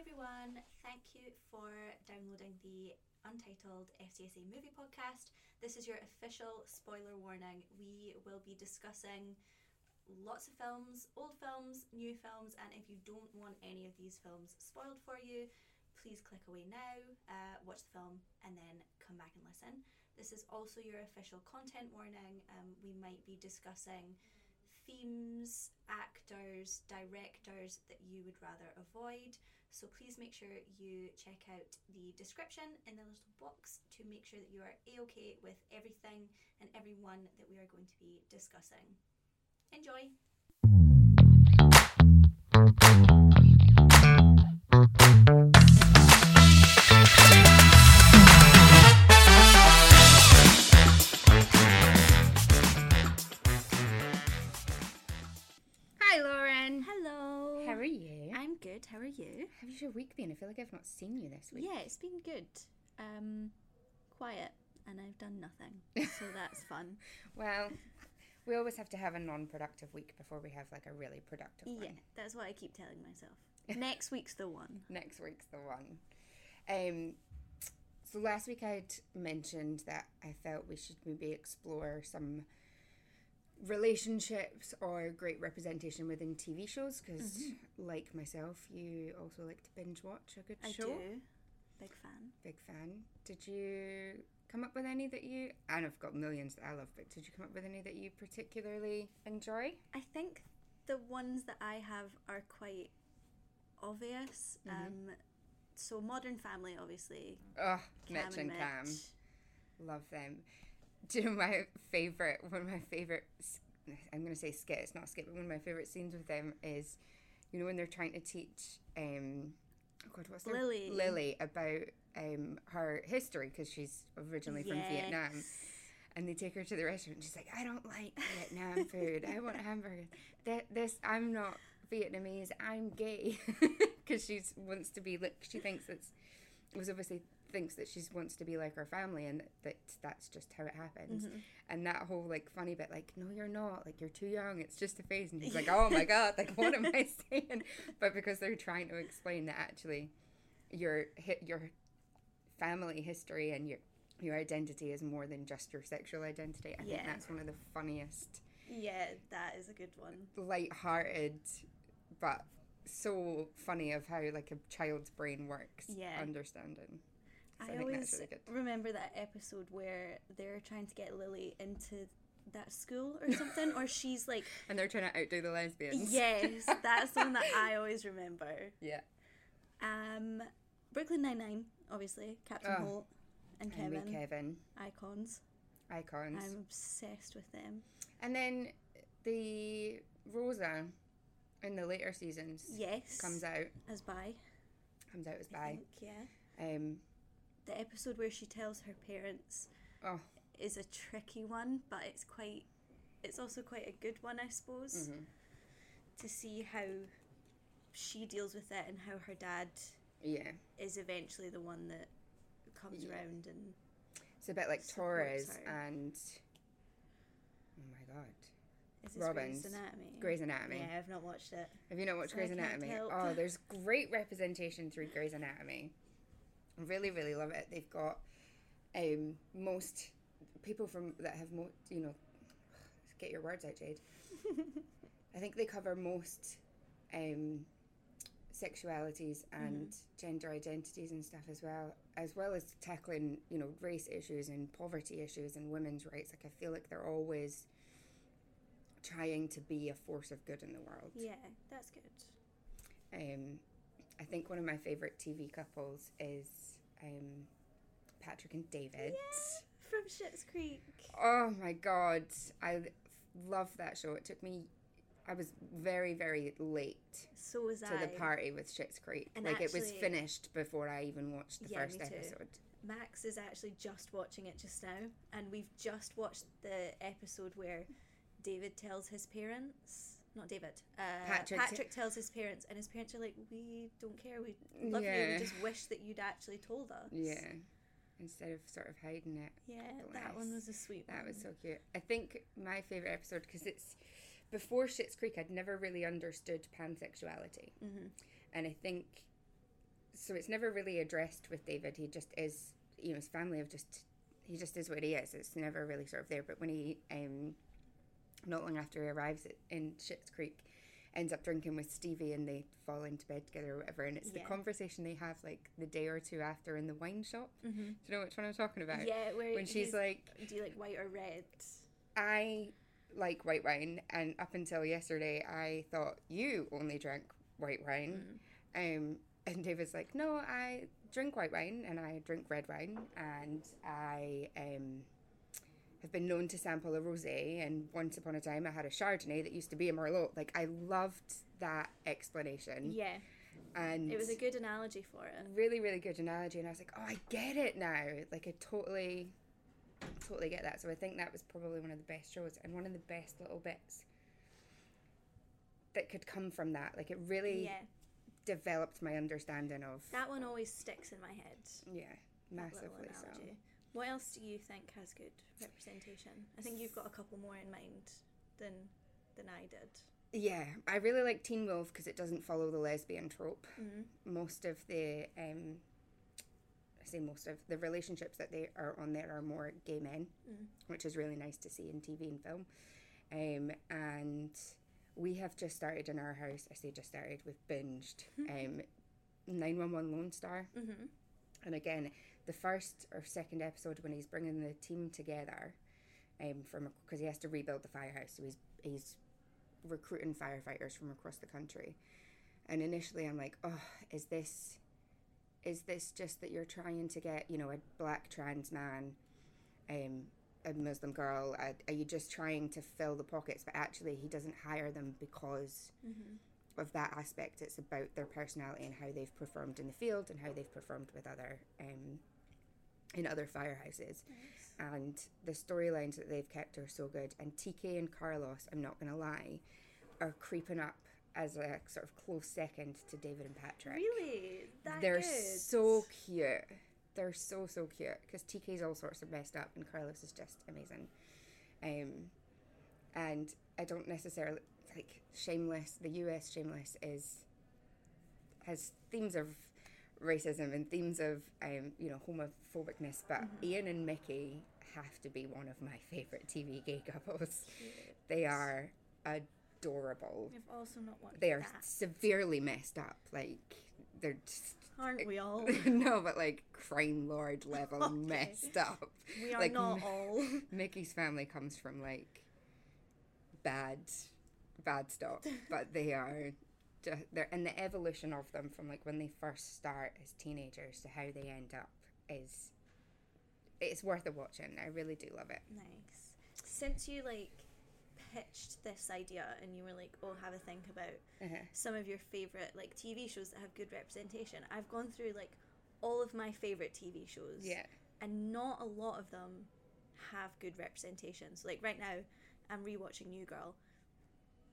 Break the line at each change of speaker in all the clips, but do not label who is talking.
everyone. Thank you for downloading the Untitled FCSA Movie Podcast. This is your official spoiler warning. We will be discussing lots of films, old films, new films, and if you don't want any of these films spoiled for you, please click away now, uh, watch the film, and then come back and listen. This is also your official content warning. Um, we might be discussing themes, actors, directors that you would rather avoid. So please make sure you check out the description in the little box to make sure that you are a okay with everything and everyone that we are going to be discussing. Enjoy!
Hi, Lauren.
Hello!
How are you?
I'm good, how are you?
How's your week been? I feel like I've not seen you this week.
Yeah, it's been good. Um, quiet, and I've done nothing, so that's fun.
Well, we always have to have a non-productive week before we have like a really productive one.
Yeah, that's what I keep telling myself. Next week's the one.
Next week's the one. Um, so last week I'd mentioned that I felt we should maybe explore some relationships or great representation within TV shows because, like myself, you also like to binge watch a good
Mm-hmm. I
show.
do. Big fan.
Big fan. Did you come up with any that you, and I've got millions that I love, but did you come up with any that you particularly enjoy?
I think the ones that I have are quite obvious.
Mm-hmm.
Um, so Modern Family, obviously.
Oh,
Cam
Mitch and Cam.
Mitch.
Love them. Do you know my favourite, one of my favourite, s- I'm going to say skit, it's not skit, but one of my favourite scenes with them is, you know, when they're trying to teach, um, oh God, what's their-
Lily.
Lily about um, her history because she's originally from Vietnam. and they take her to the restaurant. and She's like, I don't like Vietnam food. I want hamburgers. That this, I'm not Vietnamese. I'm gay because she wants to be like she thinks it's it was obviously thinks that she wants to be like her family and that that's just how it
Mm-hmm.
happens. And that whole like funny bit, like, no, you're not. Like you're too young. It's just a phase. And he's like, oh my god, like what am I saying? But because they're trying to explain that actually, your hit your family history and your your identity is more than just your sexual identity. I
Yeah.
think that's one of the funniest,
Yeah, that is a good one.
light-hearted, but so funny of how like a child's brain works.
Yeah.
understanding. So I,
I
think
always
that's really good.
remember that episode where they're trying to get Lily into that school or something, or she's like,
And they're trying to outdo the lesbians.
yes, that's the one that I always remember.
Yeah.
Um, Brooklyn Nine Nine, obviously, Captain
Oh.
Holt and
And
Kevin,
we Kevin
icons.
icons,
I'm obsessed with them.
and then the Rosa in the later seasons
Yes,
comes out
as bi.
comes out as
I
bi.
think, yeah.
Um.
The episode where she tells her parents
Oh.
is a tricky one, but it's quite, it's also quite a good one, I
Mm.
suppose, to see how she deals with it and how her dad
Yeah.
is eventually the one that comes
Yeah.
round and
It's a bit like
Supports
Torres
her.
and oh my god,
is this Grey's
Robbins.
Anatomy.
Grey's Anatomy.
Yeah, I've not watched it.
Have you not watched
So I
Grey's
can't
Anatomy?
help.
Oh, there's great representation through Grey's Anatomy. I Really, really love it. They've got um, most people from that have most, you know, get your words out, Jade. I think they cover most um, sexualities
Mm-hmm.
and gender identities and stuff as well, as well as tackling, you know, race issues and poverty issues and women's rights. Like I feel like they're always trying to be a force of good in the world.
Yeah, that's good.
Um, I think one of my favorite TV couples is um, Patrick and David.
From Schitt's Creek.
Oh my god, I love that show. It took me. I was very very late
So was
to
I.
the party with Schitt's Creek.
And
like it was
actually-
finished before I even watched the
Yeah,
first
me too.
episode.
Max is actually just watching it just now, and we've just watched the episode where David tells his parents. Not David. Uh, Patrick.
Patrick-
tells his parents, and his parents are like, "We don't care. We love you. We
Yeah.
just wish that you'd actually told us."
Yeah, instead of sort of hiding it.
Yeah, that one
Bless.
was a sweet one.
That was so cute. I think my favorite episode because it's before Schitt's Creek. I'd never really understood pansexuality, mm-hmm. and I think so it's never really addressed with David. He just is, you know, his family have just, he just is what he is. It's never really sort of there. But when he, um, not long after he arrives at, in Schitt's Creek, ends up drinking with Stevie and they fall into bed together or whatever. And it's
Yeah.
the conversation they have like the day or two after in the wine shop.
Mm-hmm.
Do you know which one I'm talking about?
Yeah, where
When she's
he's-
like,
do you like white or red?
I like white wine, and up until yesterday, I thought you only drank white wine.
Mm.
Um, and David's like, no, I drink white wine and I drink red wine, and I um, have been known to sample a rosé. And once upon a time, I had a Chardonnay that used to be a Merlot. Like I loved that explanation,
Yeah,
and
it was a good analogy for it.
really really good analogy and i was like oh i get it now like i totally totally get that so i think that was probably one of the best shows and one of the best little bits that could come from that like it really
Yeah,
developed my understanding of
that one always sticks in my head.
yeah
that little
massively so
analogy. What else do you think has good representation? I think you've got a couple more in mind than than I did.
yeah i really like teen wolf because it doesn't follow the lesbian trope
Mm.
most of the um I say most of the relationships that they are on there are more gay men,
Mm.
which is really nice to see in TV and film. Um, and we have just started in our house. I say just started. We've binged um, nine one one Lone Star,
Mm-hmm.
and again the first or second episode when he's bringing the team together, um, from because he has to rebuild the firehouse, so he's he's recruiting firefighters from across the country. And initially, I'm like, oh, is this, is this just that you're trying to get, you know, a black trans man, um, a Muslim girl? Are, are you just trying to fill the pockets? But actually, he doesn't hire them because
Mhm.
of that aspect. It's about their personality and how they've performed in the field and how they've performed with other, um, in other firehouses
Nice.
and the storylines that they've kept are so good. And TK and Carlos, I'm not gonna lie, are creeping up as a sort of close second to David and Patrick.
Really, that
They're
good?
so cute. They're so so cute because TK's all sorts of messed up and Carlos is just amazing. Um, and I don't necessarily like Shameless. The US Shameless is has themes of racism and themes of um, you know homophobicness, but
Mm-hmm.
Ian and Mickey have to be one of my favorite TV gay couples.
Cute.
They are adorable.
We've also not watched
They are
that,
severely messed up. Like they're just
aren't we all?
no, but like crime lord level
Okay.
messed up.
We are
Like,
not
m-
all.
Mickey's family comes from like bad, bad stuff, but they are just they're and the evolution of them from like when they first start as teenagers to how they end up is it's worth a watching. I really do love it.
Nice. Since you like pitched this idea and you were like, "Oh, have a think about
Uh-huh.
some of your favorite like TV shows that have good representation." I've gone through like all of my favorite TV shows,
Yeah,
and not a lot of them have good representations. Like right now, I'm rewatching New Girl.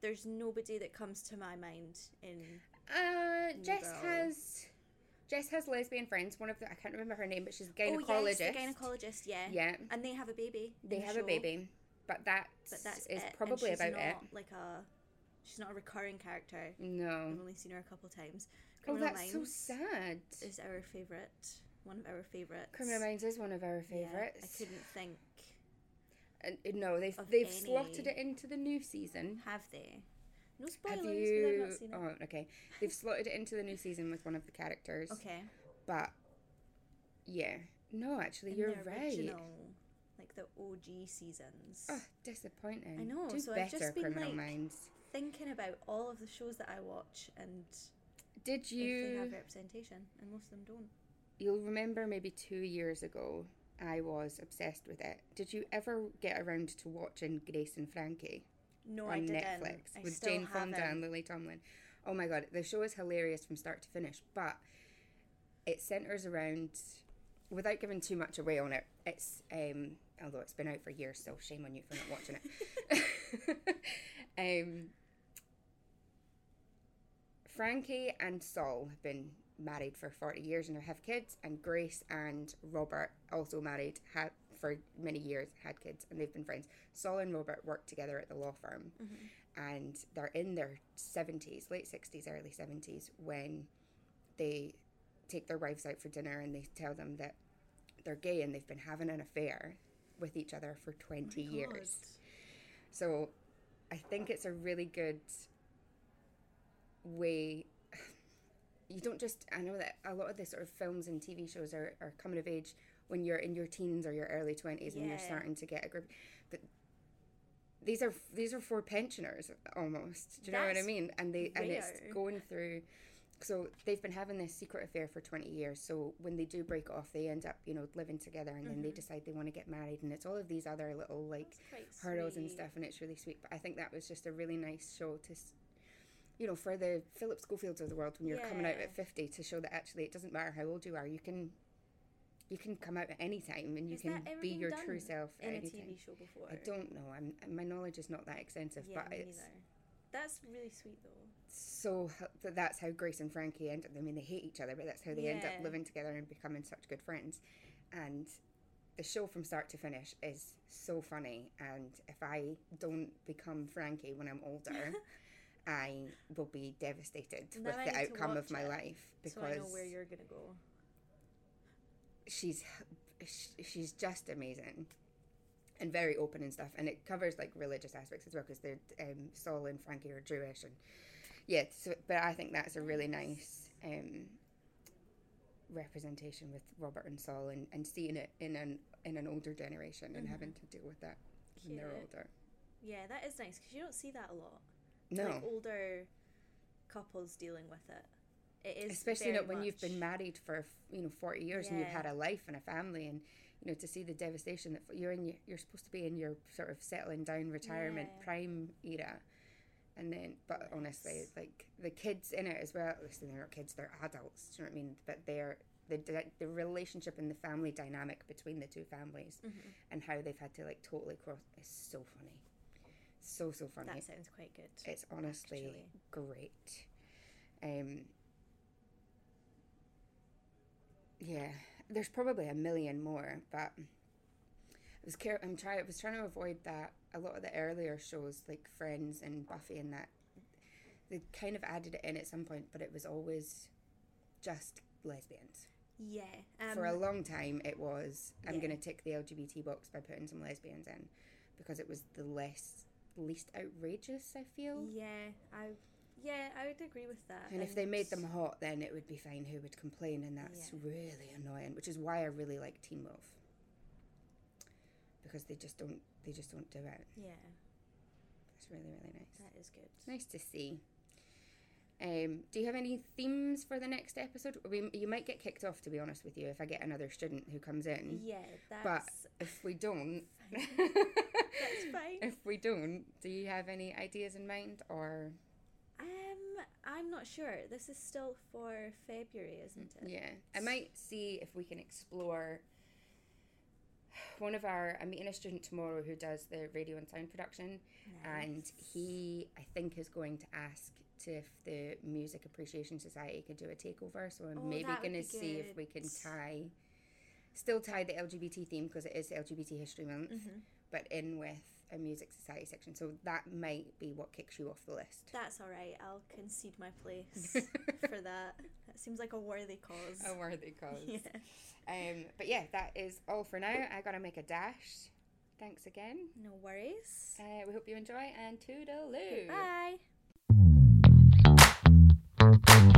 There's nobody that comes to my mind in
uh,
New
Jess
Girl.
has Jess has lesbian friends. One of the I can't remember her name, but she's a gynecologist.
oh yes, the gynecologist, yeah,
yeah,
and they have a baby. in
they
the
have a
show.
baby, but that
but that's
is
it, and
probably
she's
about
not
it.
Like a, she's not a recurring character.
No.
I've only seen her a couple times.
Oh,
Mm-hmm. Criminal
that's so
Minds
sad.
Is our favorite one of our favorites.
Criminal Minds is one of our
Yeah, I
favourites.
couldn't think.
and uh, no, they've
of
they've
any-
slotted it into the new season.
Have they? No spoilers.
Have
'cause
you?
I've not seen it.
Oh, okay. They've slotted it into the new season with one of the characters.
Okay.
But yeah, no, actually,
In
you're
the
right.
Original, like the OG seasons.
Oh, disappointing.
I know,
Do
so
better,
I've just been,
Criminal
like-
Minds.
Thinking about all of the shows that I watch and
Did
if they
you?
have representation, and most of them don't.
You'll remember maybe two years ago, I was obsessed with it. Did you ever get around to watching Grace and Frankie?
No, I
on
didn't.
Netflix
I
with
still
Jane Fonda
haven't.
and Lily Tomlin. Oh my god, the show is hilarious from start to finish, but it centers around without giving too much away on it. It's um although it's been out for years, so shame on you for not watching it. um Frankie and Saul have been married for 40 years and have kids, and Grace and Robert, also married, had for many years, had kids, and they've been friends. Saul and Robert work together at the law firm,
Mhm.
and they're in their 70s, late 60s, early 70s, when they take their wives out for dinner and they tell them that they're gay and they've been having an affair with each other for 20
My
years.
God.
So I think it's a really good way. You don't just, I know that a lot of the sort of films and TV shows are, are coming of age when you're in your teens or your early 20s and you're
Yeah.
starting to get a group. But these are these are for pensioners almost. Do you know what I
That's
mean? And they and it's
rare.
going through. So they've been having this secret affair for 20 years. So when they do break off, they end up, you know, living together and then they
Mm-hmm.
decide they want to get married. And it's all of these other little like
That's quite
hurdles and
sweet.
stuff, and it's really sweet. But I think that was just a really nice show to, s- you know, for the Philip Schofields of the world when you're coming out
Yeah.
at fifty to show that actually it doesn't matter how old you are, you can, you can come out at any time and you
Has
can
that ever
be
been
your true
done
self at
in a
any time.
TV show before.
I don't know. I'm my knowledge is not that extensive,
Yeah,
but
me
it's
neither. That's really sweet though.
so h- th- that's how Grace and Frankie end up. I mean, they hate each other, but that's how they end up
Yeah.
living together and becoming such good friends. And the show from start to finish is so funny. And if I don't become Frankie when I'm older, I will be devastated
Now
with
I
the
need to
outcome of
watch
my
it,
life
So I know
because
where you're gonna go.
she's sh- she's just amazing and very open and stuff and it covers like religious aspects as well because they're um, saul and frankie are jewish and yeah so but i think that's a really nice um representation with robert and saul and, and seeing it in an in an older generation and having to deal with that when they're
Cute.
older
Yeah, that is nice because you don't see that a lot.
no
Like older couples dealing with it. It is
especially
very
not when you've been
much-
married for you know 40 years and you've
Yeah.
had a life and a family and you know to see the devastation that you're in your- you're supposed to be in your sort of settling down retirement
Yeah.
prime era and then but honestly
Yes.
like the kids in it as well listen they're not kids they're adults do you know what i mean but they're the, di- the relationship and the family dynamic between the two families
Mm-hmm.
and how they've had to like totally cross is so funny so so funny
That sounds quite good.
it's honestly
actually.
great. Um, yeah, there's probably a million more, but I was care- I'm trying. I was trying to avoid that. A lot of the earlier shows like Friends and Buffy and that, they kind of added it in at some point, but it was always just lesbians.
Yeah. Um,
For a long time, it was I'm
yeah.
going to tick the LGBT box by putting some lesbians in, because it was the less least outrageous. I feel.
yeah, I yeah, I would agree with that.
And if they made them hot, then it would be fine. Who would complain? And that's
Yeah.
really annoying, which is why I really like Teen Wolf because they just don't they just don't do it.
Yeah,
It's really really nice.
that is good.
It's nice to see. Um, do you have any themes for the next episode? We, you might get kicked off, to be honest with you, if I get another student who comes in.
Yeah,
But
that's
if we don't,
that's fine.
if we don't, do you have any ideas in mind or
Um, I'm not sure. This is still for February, isn't it?
Yeah, I might see if we can explore one of our. I'm meeting a student tomorrow who does the radio and sound production, and he, I think, is going to ask to if the Music Appreciation Society could do a takeover. So I'm
Oh,
maybe
that would
going to
be
see if we can
good.
tie, still tie the LGBT theme because it is LGBT History Month,
Mhm.
but in with a music society section. So that might be what kicks you off the list.
That's all right. I'll concede my place for that. That seems like a worthy cause.
a worthy cause.
Yeah.
Um, but yeah, that is all for now. I gotta make a dash. Thanks again.
No worries.
Uh, we hope you enjoy and toodaloo.
Bye.